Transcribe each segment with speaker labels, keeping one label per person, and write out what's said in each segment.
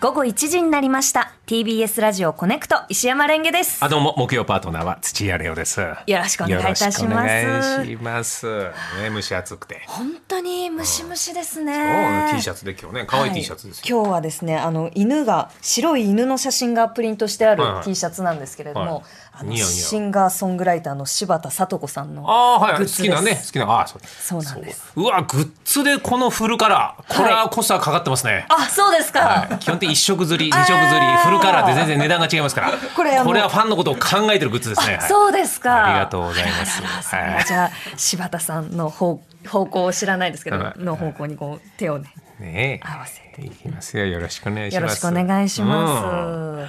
Speaker 1: 午後1時になりました TBS ラジオコネクト石山レンゲです
Speaker 2: あどうも木曜パートナーは土屋レオです。よ
Speaker 1: よろしくお願いいたします
Speaker 2: ろしくお願いします。ね蒸し暑くて。
Speaker 1: 本当にムシムシです
Speaker 2: お
Speaker 1: ね
Speaker 2: ー T シャツで今日ね可愛い T シャツですよ。
Speaker 1: はい今日はですねあの犬が白い犬の写真がプリントしてあ
Speaker 2: はいは
Speaker 1: る
Speaker 2: い
Speaker 1: T シャツなんですけれども、
Speaker 2: はい
Speaker 1: あの
Speaker 2: 似合う似合う
Speaker 1: シンガーソングライターの柴田聡子さんの
Speaker 2: ああーはい
Speaker 1: グッ
Speaker 2: 好
Speaker 1: ズ
Speaker 2: きなね
Speaker 1: です
Speaker 2: 好きなあーそう
Speaker 1: そうなんです
Speaker 2: そううわグッズでこのフルカラーこれはコストがかかってますね。
Speaker 1: あそうですか、
Speaker 2: はい基本的に一色ずり二色ずり
Speaker 1: あー
Speaker 2: フルカラーで全然値段が違いますから
Speaker 1: これあの
Speaker 2: これはファンのことを考えてるグッズですね。はい
Speaker 1: そうですか。
Speaker 2: ありがとうございます
Speaker 1: あらあらそれは
Speaker 2: はい
Speaker 1: じゃあ柴田さんの方方向を知らないですけど、
Speaker 2: はい
Speaker 1: の方向にこう手をね
Speaker 2: ね
Speaker 1: 合わせて。
Speaker 2: いきますよよろしくお願いしま
Speaker 1: よ
Speaker 2: す。
Speaker 1: ろしくお願いし
Speaker 2: うん
Speaker 1: ます。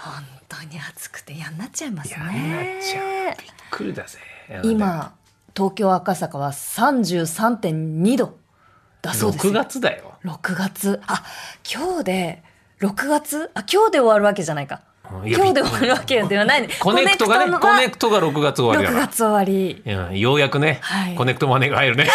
Speaker 1: 本当に暑くて嫌になっちゃいます
Speaker 2: やんなっちゃ
Speaker 1: ね
Speaker 2: う。びっくりだぜ。
Speaker 1: 今東京赤坂は三十三点二度だそうです
Speaker 2: 6
Speaker 1: よ。
Speaker 2: 月だよ。
Speaker 1: 六月あ今日で六月あ今日で終わるわけじゃないか。
Speaker 2: いや
Speaker 1: 今日で終わるわけではないね。
Speaker 2: コネクトがね、コネクトが6月終わりだ
Speaker 1: 六
Speaker 2: か
Speaker 1: 月終わり。
Speaker 2: ら。うんようやくね、
Speaker 1: はい
Speaker 2: コネクトマネーが入 るね。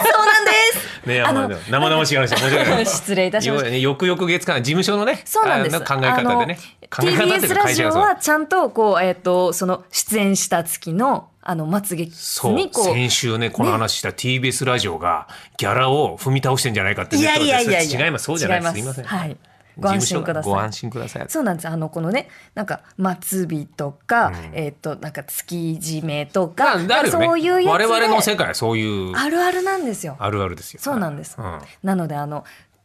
Speaker 1: そうなんです。
Speaker 2: ね、
Speaker 1: あ
Speaker 2: あ
Speaker 1: の
Speaker 2: の、生々しい話で申し訳な い。
Speaker 1: 失礼いたしました
Speaker 2: よよくよく月間、事務所のね、
Speaker 1: そうなんです。
Speaker 2: あの考え方でね。
Speaker 1: あ
Speaker 2: 考
Speaker 1: の
Speaker 2: え方っていう
Speaker 1: TBS
Speaker 2: か
Speaker 1: ラ
Speaker 2: 会
Speaker 1: ジ
Speaker 2: 社が
Speaker 1: オ
Speaker 2: そう
Speaker 1: はちゃんとこうえっ、とその出演した月のあの末月
Speaker 2: そう
Speaker 1: にこう
Speaker 2: 先週ねこの話した TBS ラジオがギャラを踏み倒してんじゃないかって
Speaker 1: い
Speaker 2: ネッ
Speaker 1: や
Speaker 2: トで
Speaker 1: いやいやいや
Speaker 2: 違いますそうじゃない
Speaker 1: 違
Speaker 2: すいません、
Speaker 1: はい。
Speaker 2: 事
Speaker 1: ご安
Speaker 2: 務所
Speaker 1: 心ください。
Speaker 2: ご安心ください
Speaker 1: そうなんです。あのこのね、なんか末日とか、えっ、となんか月締めとか、
Speaker 2: あるよね
Speaker 1: そういうやつ
Speaker 2: 我
Speaker 1: で
Speaker 2: 々の世界はそういう
Speaker 1: あるあるなんですよ。
Speaker 2: あるあるですよ
Speaker 1: そうなんです。
Speaker 2: うん
Speaker 1: なのであの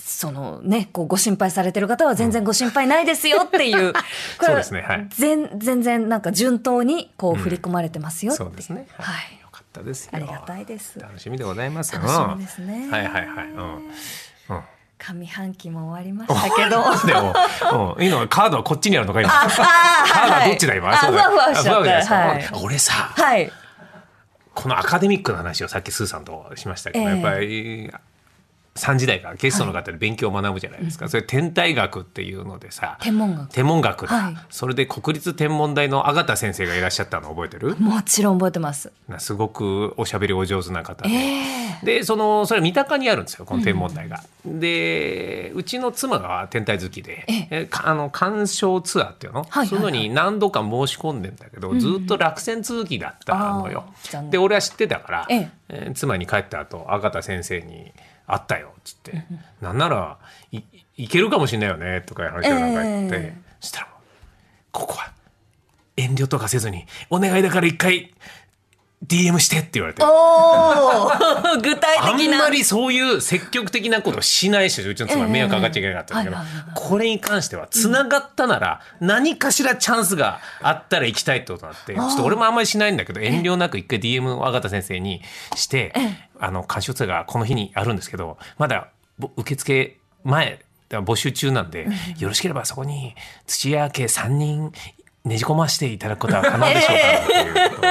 Speaker 1: そのねこうご心配されてる方は全然ご心配ないですよっていう、 これ
Speaker 2: そうですねはい
Speaker 1: 全全然なんか順当にこう振り込まれてますよってい
Speaker 2: そうですね。
Speaker 1: はい
Speaker 2: よかったですよ。
Speaker 1: ありがたいです
Speaker 2: 楽しみでございます。
Speaker 1: 楽しみですね
Speaker 2: うんはいはいはい。うん。うん
Speaker 1: 上半期も終わりましたけ ど
Speaker 2: でも、うん、今カードはこっちにあるのか今。カ
Speaker 1: あ
Speaker 2: ードはどっちだ今。
Speaker 1: あ
Speaker 2: そう
Speaker 1: ふわ
Speaker 2: だ
Speaker 1: ふわしちゃっ
Speaker 2: ふわふわじ
Speaker 1: た
Speaker 2: ゃな
Speaker 1: はい
Speaker 2: で
Speaker 1: い
Speaker 2: すかあ俺さ、
Speaker 1: はい
Speaker 2: このアカデミックな話をさっきスーさんとしましたけど、
Speaker 1: ええ
Speaker 2: やっぱり。3時代からゲストの方で勉強を学ぶじゃないですか、それ天体学っていうのでさ
Speaker 1: 天文学
Speaker 2: 天文学だ、
Speaker 1: はい
Speaker 2: それで国立天文台の阿田先生がいらっしゃったの覚えてる
Speaker 1: もちろん覚えてます
Speaker 2: なすごくおしゃべりお上手な方で、
Speaker 1: ええ
Speaker 2: でそのそれは三鷹にあるんですよこの天文台が。でうちの妻が天体好きで、
Speaker 1: ええ
Speaker 2: えかあの鑑賞ツアーっていうの、
Speaker 1: はいはい
Speaker 2: そういうのに何度か申し込んでんだけど、ずっと落選続きだったのよ
Speaker 1: あー残。念
Speaker 2: で俺は知ってたから、
Speaker 1: ええ
Speaker 2: えー妻に帰った後赤田先生に「会ったよ」っつって「なんならいいけるかもしれないよね」とかいう話をなんか言って、
Speaker 1: ええ
Speaker 2: そしたらもう「ここは遠慮とかせずにお願いだから一回 DM して」って言われて。
Speaker 1: おー 具体
Speaker 2: あ
Speaker 1: 的
Speaker 2: ん
Speaker 1: な
Speaker 2: まりそういう積極的なことをしないし、うちの妻は迷惑かかっちゃいけなかったんだ
Speaker 1: ええええはいはい
Speaker 2: けど、これに関しては、繋がったなら、何かしらチャンスがあったら行きたいってことになって、ちょっと俺もあんまりしないんだけど、遠慮なく一回 DM を赤田先生にして、あの、鑑賞ツアーがこの日にあるんですけど、まだぼ受付前、だから募集中なんで、よろしければそこに土屋家3人ねじ込ましていただくことは可能でしょうかっていう ことを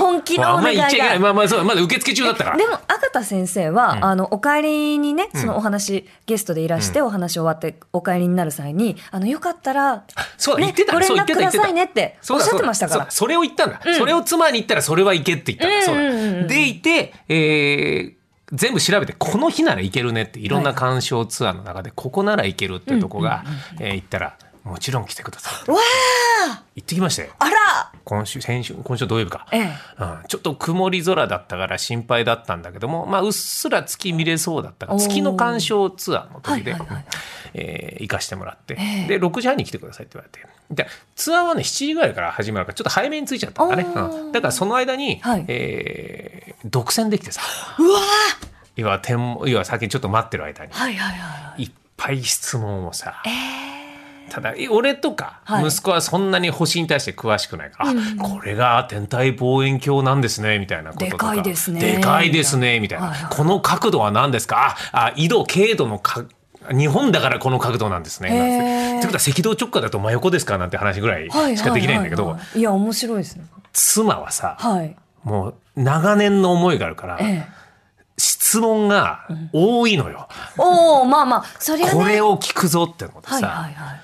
Speaker 1: 本気
Speaker 2: まあ
Speaker 1: の
Speaker 2: あ
Speaker 1: お
Speaker 2: んま
Speaker 1: 願い
Speaker 2: り言っちゃいけな
Speaker 1: が
Speaker 2: い。まあまあそう、まだ受付中だったから。
Speaker 1: でも赤田先生は、あのお帰りにねそのお話、ゲストでいらして、お話終わってお帰りになる際にあのよかったら
Speaker 2: そうだ、
Speaker 1: ね
Speaker 2: 言ってた、
Speaker 1: ご連
Speaker 2: そ
Speaker 1: 絡
Speaker 2: う言って
Speaker 1: く
Speaker 2: た
Speaker 1: だ
Speaker 2: 言
Speaker 1: さいねってて
Speaker 2: た
Speaker 1: おっしゃ
Speaker 2: そ
Speaker 1: っ
Speaker 2: うだそう
Speaker 1: て
Speaker 2: だ
Speaker 1: ましたか
Speaker 2: そ
Speaker 1: ら
Speaker 2: うそれを言ったんだ、それを妻に言ったらそれは行けって言ったんだ、
Speaker 1: うんうんうんうん
Speaker 2: そうだでいて、えー全部調べてこの日なら行けるねっていろんな鑑賞ツアーの中でここなら行けるってとこが、えー行ったらもちろん来てくださいって
Speaker 1: わ
Speaker 2: 行ってきましたよ
Speaker 1: あら
Speaker 2: 今週先週今週土曜日か、
Speaker 1: ええ
Speaker 2: うん、ちょっと曇り空だったから心配だったんだけども、まあ、うっすら月見れそうだったから
Speaker 1: おー
Speaker 2: 月の鑑賞ツアーの時で、
Speaker 1: はいはいはい
Speaker 2: えー行かしてもらって、
Speaker 1: ええ
Speaker 2: で6時半に来てくださいって言われてでツアーはね7時ぐらいから始まるからちょっと早めに着いちゃったんだね、
Speaker 1: おー
Speaker 2: うんだからその間に、
Speaker 1: はい
Speaker 2: えー独占できてさ
Speaker 1: うわ
Speaker 2: 要は天文要は先にちょっと待ってる間に
Speaker 1: はいはいはい
Speaker 2: っぱい質問をさ
Speaker 1: え
Speaker 2: ただえ俺とか
Speaker 1: はい
Speaker 2: 息子はそんなに星に対して詳しくないから、あこれが天体望遠鏡なんですねみたいなこととか
Speaker 1: でかいですね
Speaker 2: でかいですねみたいな、
Speaker 1: はいはい
Speaker 2: この角度は何ですかああ緯度経度のか日本だからこの角度なんですねなんて
Speaker 1: へー
Speaker 2: ってことは赤道直下だと真横ですかなんて話ぐらい
Speaker 1: ー
Speaker 2: しかできないんだけど、
Speaker 1: はいはいはいはいいや面白いですね
Speaker 2: 妻はさ
Speaker 1: はい
Speaker 2: もう長年の思いがあるから、
Speaker 1: ええ
Speaker 2: 質問が多いのよ、
Speaker 1: おおまあまあそりゃね
Speaker 2: これを聞くぞってのでさ、
Speaker 1: はいはいはい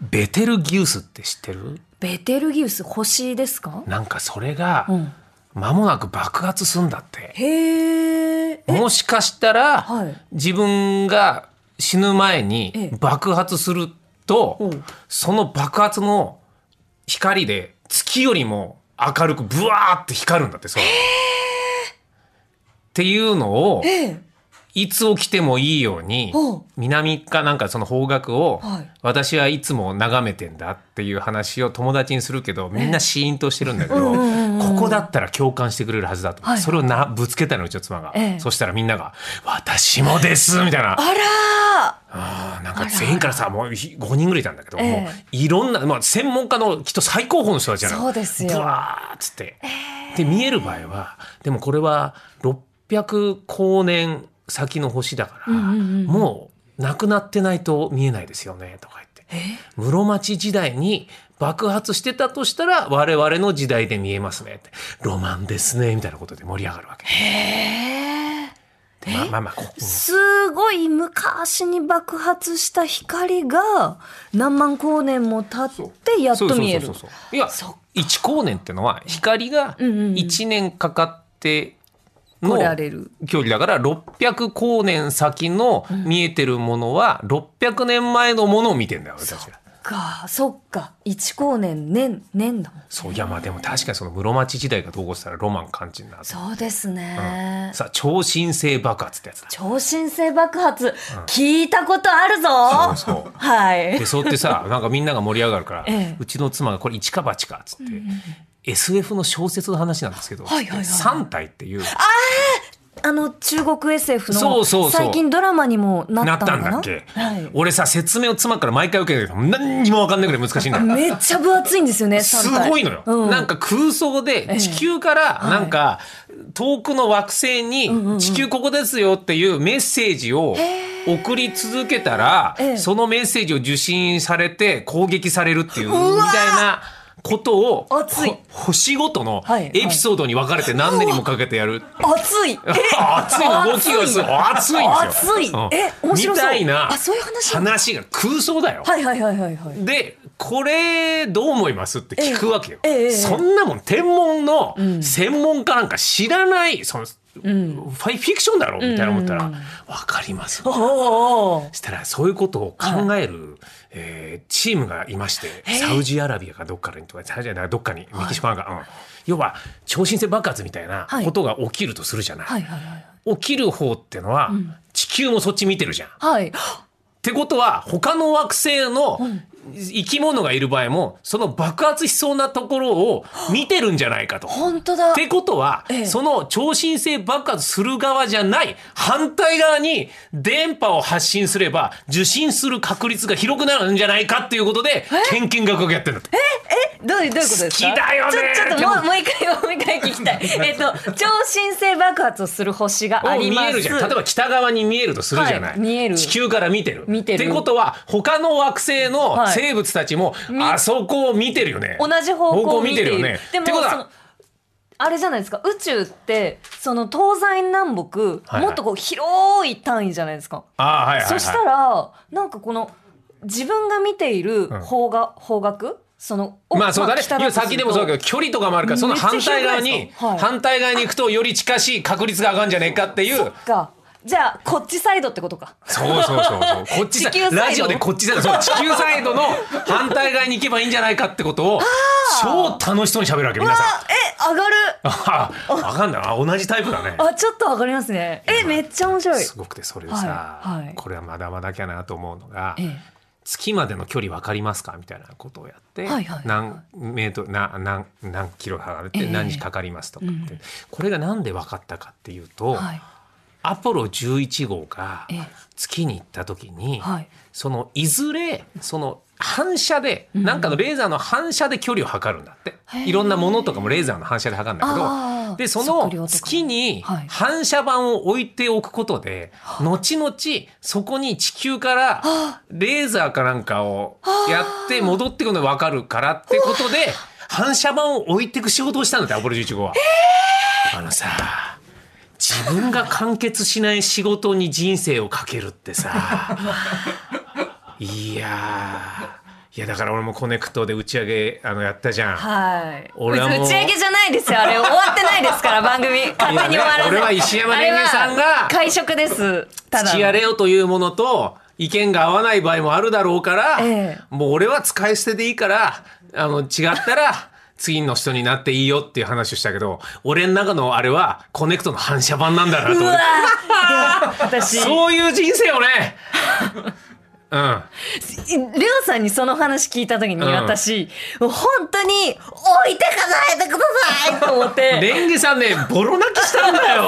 Speaker 2: ベテルギウスって知ってる
Speaker 1: ベテルギウス星ですか
Speaker 2: なんかそれが
Speaker 1: うん
Speaker 2: 間もなく爆発すんだって、
Speaker 1: へーえ
Speaker 2: もしかしたら
Speaker 1: はい
Speaker 2: 自分が死ぬ前
Speaker 1: え
Speaker 2: に
Speaker 1: え
Speaker 2: 爆発すると、
Speaker 1: おう
Speaker 2: その爆発の光で月よりも明るくブワーって光るんだってそうっていうのを
Speaker 1: ええ
Speaker 2: いつ起きてもいいように
Speaker 1: おう
Speaker 2: 南かなんかその方角を
Speaker 1: はい
Speaker 2: 私はいつも眺めてんだっていう話を友達にするけどみんなシーンとしてるんだけ
Speaker 1: う
Speaker 2: ど
Speaker 1: んうんうんうん
Speaker 2: ここだったら共感してくれるはずだと
Speaker 1: はい
Speaker 2: それをなぶつけたのうちの妻が
Speaker 1: ええ
Speaker 2: そしたらみんなが「私もです」みたいな
Speaker 1: あら
Speaker 2: あーなん
Speaker 1: あ
Speaker 2: から全員からさもうひ5人ぐらいいたんだけど、
Speaker 1: ええ
Speaker 2: もういろんな、まあ、専門家のきっと最高峰の人たちじゃない
Speaker 1: そうですよ
Speaker 2: ブワーっつって、で見える場合はでもこれは600光年先の星だから、
Speaker 1: うんうんうん
Speaker 2: もうなくなってないと見えないですよねとか言って
Speaker 1: え
Speaker 2: 室町時代に爆発してたとしたら我々の時代で見えますねってロマンですねみたいなことで盛り上がるわけ。
Speaker 1: へえ
Speaker 2: でまあまあまあこううん
Speaker 1: すごい昔に爆発した光が何万光年も経ってやっと見える
Speaker 2: そうそうそうそういや
Speaker 1: そっか
Speaker 2: 1光年ってのは光が
Speaker 1: うんうんうん
Speaker 2: 1年かかっての
Speaker 1: 来られる
Speaker 2: 距離だから600光年先の見えてるものは600年前のものを見てんだよ俺たちが。
Speaker 1: かそっか一光年年年だもん
Speaker 2: そういやまあでも確かにその室町時代が統合したらロマン感じるなと
Speaker 1: そうですね、
Speaker 2: さあ超新星爆発ってやつだ。
Speaker 1: 超新星爆発、聞いたことあるぞ
Speaker 2: そうそう
Speaker 1: はい
Speaker 2: でそうやって さなんかみんなが盛り上がるから、
Speaker 1: ええ
Speaker 2: うちの妻がこれ一か八かっつって、SF の小説の話なんですけど、
Speaker 1: はいはいはい
Speaker 2: 3体っていう
Speaker 1: あの中国 SF
Speaker 2: そ
Speaker 1: の
Speaker 2: うそうそう
Speaker 1: 最近ドラマにもな
Speaker 2: な
Speaker 1: っ
Speaker 2: ったた
Speaker 1: の
Speaker 2: ん
Speaker 1: か
Speaker 2: だ
Speaker 1: な
Speaker 2: っけ、
Speaker 1: はい
Speaker 2: 俺さ説明を妻から毎回受けてるけど何にも分かんないぐらい難しいんだ よ
Speaker 1: めっちゃ分厚いんですよね
Speaker 2: す
Speaker 1: 三体
Speaker 2: ごいのよ、
Speaker 1: う
Speaker 2: なんか空想
Speaker 1: ええ
Speaker 2: で地球から
Speaker 1: い
Speaker 2: なんか遠くの惑星
Speaker 1: んうんうん
Speaker 2: に「地球ここですよ」っていうメッセージを送り続けたら
Speaker 1: ええ
Speaker 2: そのメッセージを受信されて攻撃されるっていうみ
Speaker 1: うわ
Speaker 2: たいなことを
Speaker 1: 熱い
Speaker 2: ほ星ごとの
Speaker 1: はい
Speaker 2: エピソードに分かれて何年にもかけてやる
Speaker 1: 熱いえ
Speaker 2: 熱い動きがすごい熱いんですよ
Speaker 1: 熱いえ
Speaker 2: うん
Speaker 1: 面白そう
Speaker 2: みたいな
Speaker 1: あそういう話
Speaker 2: 話が空想だよ
Speaker 1: はいはいはいはいはい
Speaker 2: でこれどう思いますって聞くわけよ、
Speaker 1: ええええ
Speaker 2: そんなもん天文の
Speaker 1: ん
Speaker 2: 専門家なんか知らないその、
Speaker 1: うん
Speaker 2: ファイフィクションだろみたいな思ったら
Speaker 1: うん
Speaker 2: 「わかります」
Speaker 1: おーおー
Speaker 2: したらそういうことを考える、えーチームがいまして
Speaker 1: え
Speaker 2: サウジアラビアかどっかにとかサウジアラビアかどっかにメキシコなんか、うん要は超新星爆発みたいな
Speaker 1: はい
Speaker 2: ことが起きるとするじゃない。
Speaker 1: はいはいはい
Speaker 2: 起きる方ってのは、
Speaker 1: ん
Speaker 2: 地球もそっち見てるじゃん。
Speaker 1: はい
Speaker 2: ってことは他の惑星の生き物がいる場合もその爆発しそうなところを見てるんじゃないかと。っ
Speaker 1: 本当だ
Speaker 2: てことは、
Speaker 1: ええ
Speaker 2: その超新星爆発する側じゃない反対側に電波を発信すれば受信する確率が広くなるんじゃないかっていうことで研研学学やってるんだって。
Speaker 1: どうどういうことですか
Speaker 2: 好きだよね
Speaker 1: ちょちょっともうもう一回もう一回聞きたい えっと超新星爆発をする星があ
Speaker 2: を
Speaker 1: り
Speaker 2: 見
Speaker 1: ます
Speaker 2: えるじゃん例えば北側に見えるとするじゃない、
Speaker 1: はい見える
Speaker 2: 地球から見てる
Speaker 1: 見てる
Speaker 2: ってことは他の惑星の
Speaker 1: はい
Speaker 2: 生物たちも、あそこを見てるよね
Speaker 1: 同じ方向を見ている
Speaker 2: 方向を見てるよね
Speaker 1: で
Speaker 2: って
Speaker 1: も
Speaker 2: ことは
Speaker 1: そのあれじゃないですか宇宙ってその東西南北、
Speaker 2: はい
Speaker 1: もっとこう広い単位じゃないですか、
Speaker 2: ああはいはい、はい、
Speaker 1: そしたらなんかこの自分が見ている方が、方角そのを
Speaker 2: まあそうだね、
Speaker 1: 北
Speaker 2: いや
Speaker 1: とすると
Speaker 2: 先でもそうだけど距離とかもあるからその反対
Speaker 1: め
Speaker 2: 側
Speaker 1: っちゃ広い
Speaker 2: に
Speaker 1: ですよはい
Speaker 2: 反対側に行くとより近しい確率が上がるんじゃねえかっていう
Speaker 1: かじゃあこっちサイドってことか
Speaker 2: そうそうそうそうこっちさ
Speaker 1: 地球サイド
Speaker 2: ラジオでこっちさそう地球サイドの反対側に行けばいいんじゃないかってことを超楽しそうに喋るわけ皆さん。
Speaker 1: あえ上がる
Speaker 2: あ分かんないあ同じタイプだね。
Speaker 1: あちょっと上がりますねえめっちゃ面白い
Speaker 2: すごくてそれでさ、
Speaker 1: はいはい
Speaker 2: これはまだまだきゃなと思うのが、
Speaker 1: ええ
Speaker 2: 月までの距離分かりますかみたいなことをやって、
Speaker 1: はいはい
Speaker 2: 何メートルな何何キロ離れ
Speaker 1: え
Speaker 2: て
Speaker 1: え
Speaker 2: 何日かかりますとかって、これがなんで分かったかっていうと、
Speaker 1: はい
Speaker 2: アポロ11号が
Speaker 1: ええ
Speaker 2: 月に行った時に、
Speaker 1: はい
Speaker 2: そのいずれその反射でなんかのレーザーの反射で距離を測るんだって、
Speaker 1: へえ
Speaker 2: いろんなものとかもレーザーの反射で測るんだけ
Speaker 1: あー
Speaker 2: どでそ
Speaker 1: 測量
Speaker 2: の
Speaker 1: とか
Speaker 2: 月に
Speaker 1: はい
Speaker 2: 反射板を置いておくことで、後々そこに地球からレーザーかなんかをやって戻ってくるのが分かるからってことで反射板を置いていく仕事をしたんだってアポロ11号は。あのさ自分が完結しない仕事に人生をかけるっ てさいやーいやだから俺もコネクトで打ち上げあのやったじゃん。
Speaker 1: はい。
Speaker 2: 俺はもう
Speaker 1: 打ち上げじゃないですよ。あれ終わってないです から番組簡単に終わらない。
Speaker 2: いやね俺は石山レンゲさんが
Speaker 1: あれは会食です。ただ
Speaker 2: 付き合れよというものと意見が合わない場合もあるだろうから、
Speaker 1: ええ
Speaker 2: もう俺は使い捨てでいいからあの違ったら次の人になっていいよっていう話をしたけど俺の中のあれはコネクトの反射版なんだなと
Speaker 1: う
Speaker 2: 思っ
Speaker 1: わ
Speaker 2: て
Speaker 1: 私
Speaker 2: そういう人生 をねうん
Speaker 1: レオさんにその話聞いた時に
Speaker 2: うん
Speaker 1: 私、もう本当に置いてかないでくださいと思って
Speaker 2: レンゲさんねボロ泣きしたんだよ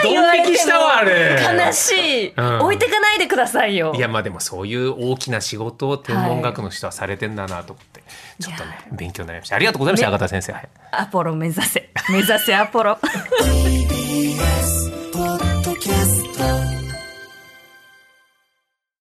Speaker 1: 今言われて
Speaker 2: ドン引きしたわあ
Speaker 1: も
Speaker 2: れ
Speaker 1: 悲しい、
Speaker 2: うん
Speaker 1: 置いてかないでくださいよ
Speaker 2: いやまあでもそういう大きな仕事を天文学の人はされてんだなと思って、ちょっとね勉強になりましたありがとうございました、
Speaker 1: ね
Speaker 2: 赤田先生、はい
Speaker 1: アポロ目指せ目指せアポロ
Speaker 3: TBS